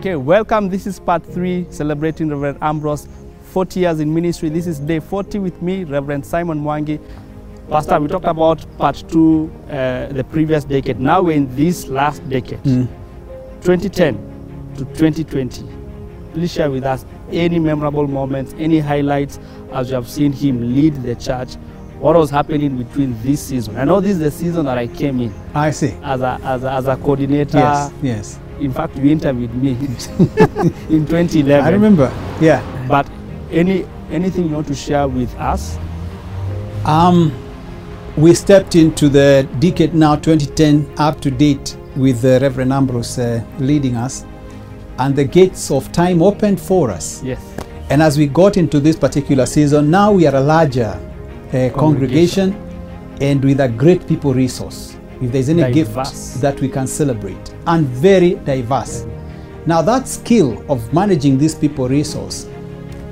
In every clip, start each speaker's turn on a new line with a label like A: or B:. A: Okay, welcome. This is part three, celebrating Reverend Ambrose, 40 years in ministry. This is day 40 with me, Reverend Simon Mwangi. Pastor, we talked about part two, uh, the previous decade. Now we're in this last decade, 2010 to 2020. Please share with us any memorable moments, any highlights as you have seen him lead the church. What was happening between this season? I know this is the season that I came in
B: I see.
A: as a, as a, as a coordinator.
B: Yes, yes.
A: In fact, you interviewed me in 2011.
B: I remember. Yeah.
A: But any anything you want to share with us?
B: Um, we stepped into the decade now, 2010, up to date with uh, Reverend Ambrose uh, leading us, and the gates of time opened for us.
A: Yes.
B: And as we got into this particular season, now we are a larger uh, congregation and with a great people resource. If there's any
A: Diverse.
B: gift that we can celebrate, and very diverse. Now, that skill of managing this people resource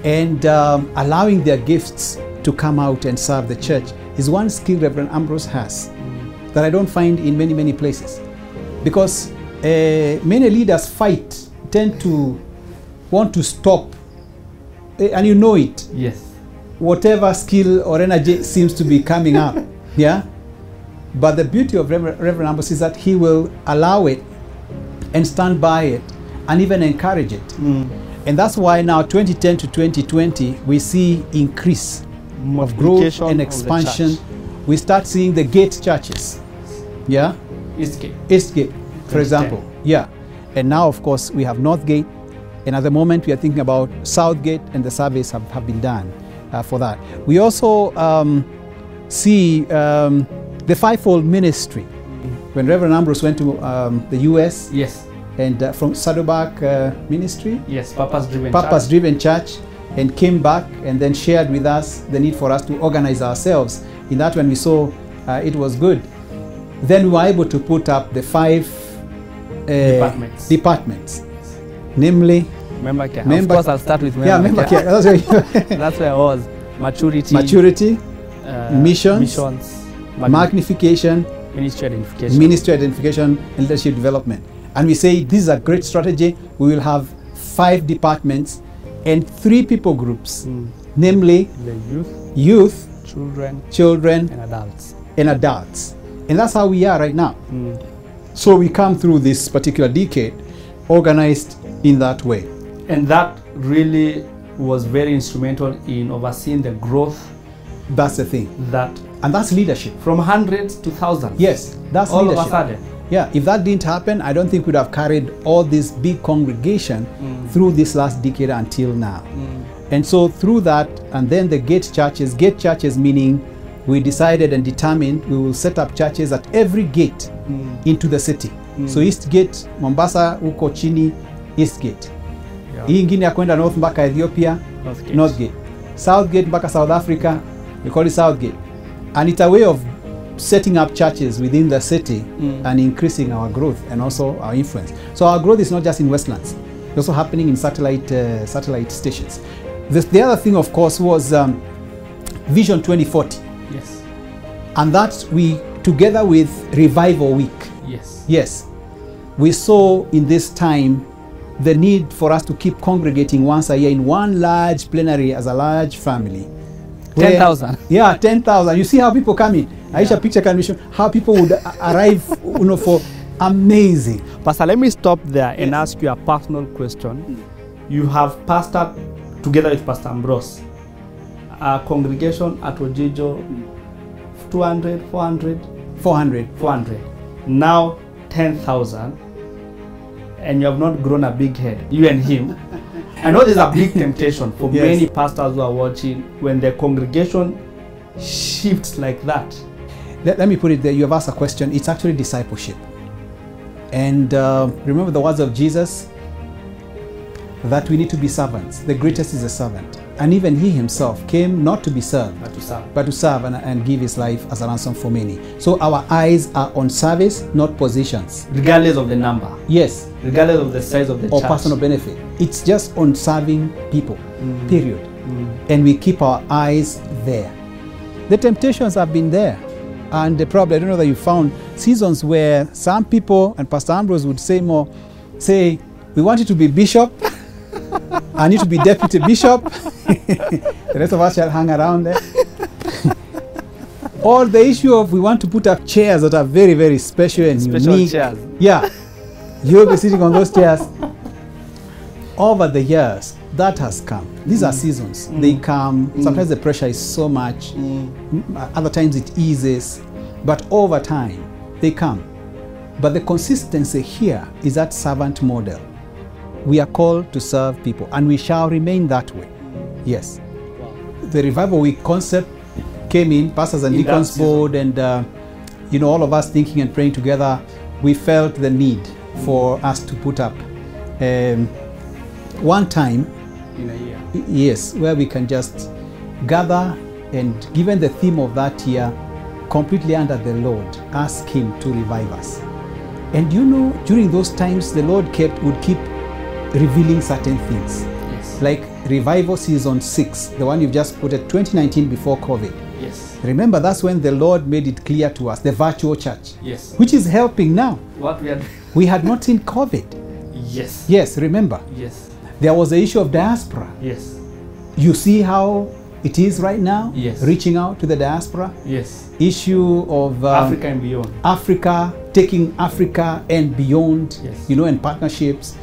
B: and um, allowing their gifts to come out and serve the church is one skill Reverend Ambrose has that I don't find in many, many places. Because uh, many leaders fight, tend to want to stop, eh, and you know it
A: Yes.
B: whatever skill or energy seems to be coming up. yeah. But the beauty of Reverend, Reverend Ambrose is that he will allow it and stand by it and even encourage it.
A: Mm. Hmm.
B: And that's why now 2010 to 2020 we see increase of growth
A: Multiplication of
B: and
A: the
B: expansion.
A: church.
B: We start seeing the gate churches. Yeah.
A: Eastgate.
B: Eastgate, for
A: 2010.
B: example. Yeah. And now, of course, we have Northgate. And at the moment, we are thinking about Southgate, and the surveys have, have been done uh, for that. We also um, see um, the fivefold ministry. When Reverend Ambrose went to um, the US
A: Yes.
B: and uh, from Saddleback uh, Ministry,
A: Yes. Purpose driven.
B: purpose driven church and came back and then shared with us the need for us to organize ourselves. In that, when we saw uh, it was good, then we were able to put up the five uh,
A: Departments.
B: departments, namely,
A: Member care.
B: Member-
A: of course, I'll start with member
B: yeah, member care. That's where you-
A: That's where I was. Maturity.
B: maturity,
A: uh,
B: missions,
A: Missions. magni-
B: magnification,
A: ministry identification.
B: ministry identification, and leadership development. And we say this is a great strategy. We will have five departments and three people groups,
A: Mm.
B: namely
A: The youth,
B: youth,
A: children,
B: children,
A: and adults.
B: and adults. And that's how we are right now.
A: Mm.
B: So we come through this particular decade organized in that way.
A: And that really was very instrumental in overseeing the growth
B: That's the thing.
A: that
B: And that's leadership.
A: from hundreds to thousands.
B: Yes, that's
A: all
B: leadership.
A: of a sudden.
B: Yeah, if that didn't happen, I don't think we'd have carried all this big congregation
A: Mm.
B: through this last decade until now.
A: Mm.
B: And so through that, and then the gate churches, gate churches meaning we decided and determined we will set up churches at every gate
A: Mm.
B: into the city. So East Gate, Mombasa, huko chini, East Gate.
A: Yeah.
B: hii ingine ya kwenda north mpaka ethiopia
A: Northgate.
B: northgate southgate mpaka south africa we call it southgate and it's a way of setting up churches within the city
A: Mm.
B: and increasing our growth and also our influence so our growth is not just in westlands it's also happening in satellite uh, satellite stations the, the other thing of course was um, vision 2040
A: Yes.
B: and that we together with revival week
A: Yes.
B: Yes, we saw in this time the need for us to keep congregating once a year in one large plenary as a large family. Where-
A: 10,000.
B: Yeah, 10,000. You see how people come in. Aisha picture can be shown how people would a- arrive, you know, for amazing.
A: Pastor, let me stop there and ask you a personal question. You have pastored together with Pastor Ambrose a congregation at Ojijo 200, 400,
B: 400.
A: 400. Now 10,000. And you have not grown a big head, you and him. I know there's a big temptation for
B: Yes.
A: many pastors who are watching when the congregation shifts like that.
B: Let, let me put it there. You have asked a question. It's actually discipleship. And uh, remember the words of Jesus that we need to be servants. The greatest is a servant. And even he himself came not to be served,
A: Not to serve.
B: but to serve and, and give his life as a ransom for many. So our eyes are on service, not positions.
A: regardless of the number,
B: Yes,
A: regardless of the size of the
B: or
A: church.
B: personal benefit. It's just on serving people,
A: Mm.
B: period.
A: Mm.
B: And we keep our eyes there. The temptations have been there. And the problem, I don't know that you found seasons where some people, and Pastor Ambrose would say more, say, We want you to be bishop. I need to be deputy bishop. the rest of us shall hang around there. or the issue of we want to put up chairs that are very, very special and
A: Special
B: unique.
A: chairs.
B: Yeah. You'll be sitting on those chairs. Over the years, that has come. These are seasons. They come. Sometimes the pressure is so much. Mm, Other times it eases. But over time, they come. But the consistency here is that servant model. We are called to serve people, and we shall remain that way. Yes. The Revival Week concept came in, pastors and
A: In that
B: deacons
A: season.
B: board, and uh, you know, all of us thinking and praying together, we felt the need for us to put up um, one time
A: in a year.
B: yes where we can just gather and given the theme of that year completely under the lord ask him to revive us and you know during those times the lord kept would keep revealing certain things
A: Yes.
B: like revival season 6 the one you've just put at 2019 before covid
A: Yes.
B: remember that's when the lord made it clear to us the virtual church
A: Yes.
B: which is helping now
A: What we are
B: we had not seen covid
A: Yes.
B: yes remember
A: Yes.
B: there was the issue of diaspora
A: Yes.
B: You see how it is right now,
A: Yes.
B: reaching out to the diaspora,
A: Yes.
B: issue of um,
A: Africa and beyond.
B: Africa, taking Africa and beyond,
A: Yes.
B: you know, and partnerships.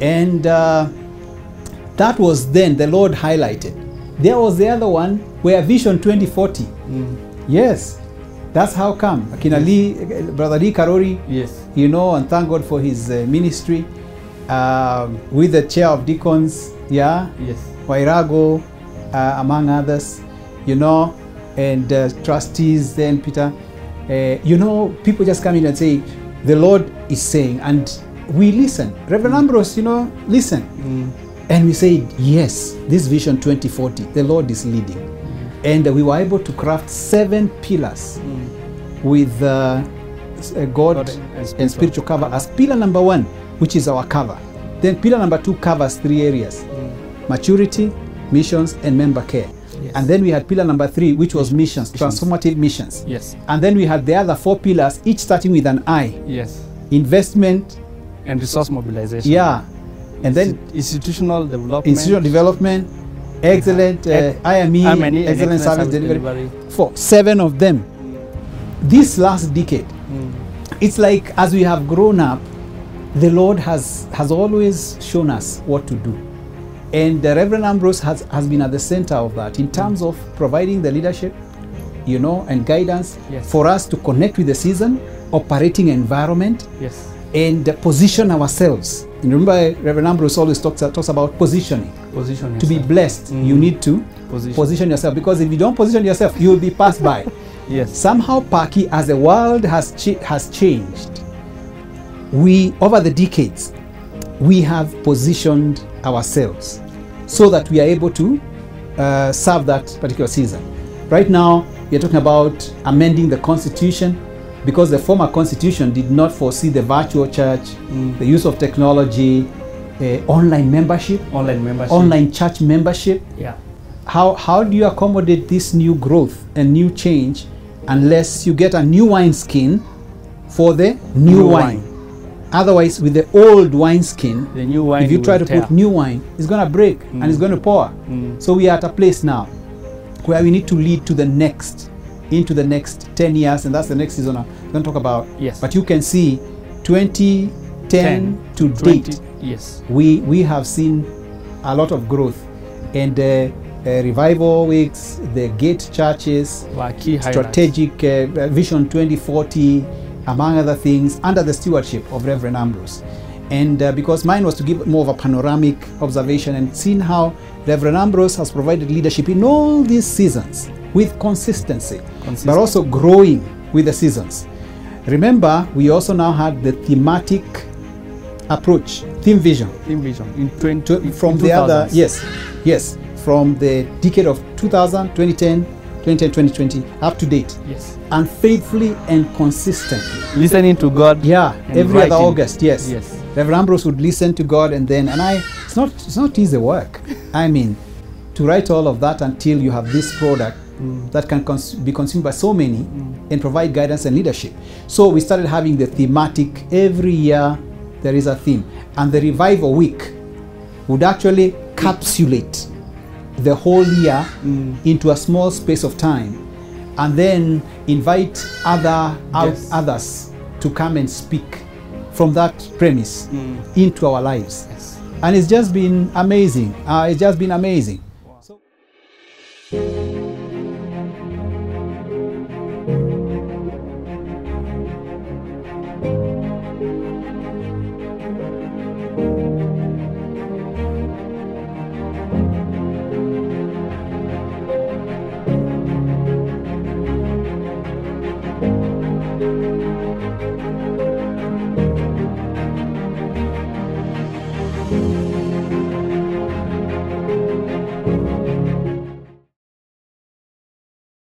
B: And uh, that was then the Lord highlighted. There was the other one where Vision 2040.
A: Mm.
B: Yes, that's how come. Akina Lee, Brother Lee Karori,
A: Yes.
B: you know, and thank God for his uh, ministry um, with the chair of deacons, yeah,
A: Yes.
B: Wairago, uh, among others, you know, and uh, trustees then, Peter. Uh, you know, people just come in and say, the Lord is saying, and we listen.
A: Mm.
B: Reverend Ambrose, you know, listen. And we said, yes, this vision 2040, the Lord is leading.
A: Mm.
B: And we were able to craft seven pillars
A: Mm.
B: with uh, s- uh, God,
A: God and
B: and,
A: spiritual
B: spiritual cover as pillar number one, which is our cover. Then pillar number two covers three areas
A: Mm.
B: maturity, missions, and member care.
A: Yes.
B: And then we had pillar number three, which was missions, transformative missions.
A: Yes.
B: And then we had the other four pillars, each starting with an I
A: Yes.
B: investment,
A: And resource mobilization.
B: yeah, and then
A: Insti- institutional development.
B: institutional development, excellent uh,
A: Ex-
B: IME,
A: IME, and
B: excellent, service, delivery.
A: delivery.
B: For seven of them, this last decade,
A: Mm,
B: it's like as we have grown up, the Lord has has always shown us what to do, and the Reverend Ambrose has has been at the center of that in terms of providing the leadership, you know, and guidance
A: Yes.
B: for us to connect with the season, operating environment,
A: Yes.
B: and position ourselves. And remember, Reverend Ambrose always talks talks about positioning
A: Position.
B: to be
A: yourself.
B: blessed you need to
A: Position.
B: position. yourself because if you don't position yourself you'll be passed by
A: Yes.
B: somehow paki as the world has ch- has changed we over the decades we have positioned ourselves so that we are able to uh, serve that particular season right now we are talking about amending the constitution because the former constitution did not foresee the virtual church the use of technology uh, online membership
A: Online membership.
B: online church membership
A: Yeah.
B: how how do you accommodate this new growth and new change unless you get a new wine skin for the new,
A: New
B: wine.
A: wine.
B: otherwise with the old wine skin
A: The new wine.
B: if you
A: will
B: try to
A: tear. Mm.
B: put new wine it's going to break and it's going to pour so we are at a place now where we need to lead to the next into the next 10 years and that's the next season i'm going to talk about
A: Yes.
B: but you can see 2010
A: Ten
B: to
A: 20
B: date
A: Yes.
B: we we have seen a lot of growth and uh, uh, revival weeks the gate churches
A: Were key highlights.
B: strategic uh, vision 2040 among other things under the stewardship of reverend ambrose and uh, because mine was to give more of a panoramic observation and seeing how reverend ambrose has provided leadership in all these seasons with consistency but
A: Consistent.
B: also growing with the seasons remember we also now had the thematic approach theme vision
A: Team vision in 20
B: to,
A: in-
B: from
A: in
B: the other
A: 2000s.
B: yes yes from the decade of 2000 2010 2010 2020 up to date
A: Yes.
B: and faithfully and consistently
A: Listening to God.
B: yeah
A: and
B: every other
A: writing.
B: august yes
A: Yes.
B: reverend ambrose would listen to god and then and i it's not it's not easy work i mean to write all of that until you have this product
A: Mm.
B: that can cons- be consumed by so many and provide guidance and leadership so we started having the thematic every year there is a theme and the revival week would actually capsulate the whole year
A: Mm.
B: into a small space of time and then invite other out,
A: Yes.
B: others to come and speak from that premise into our lives and it's just been amazing. Uh, it's just been amazing.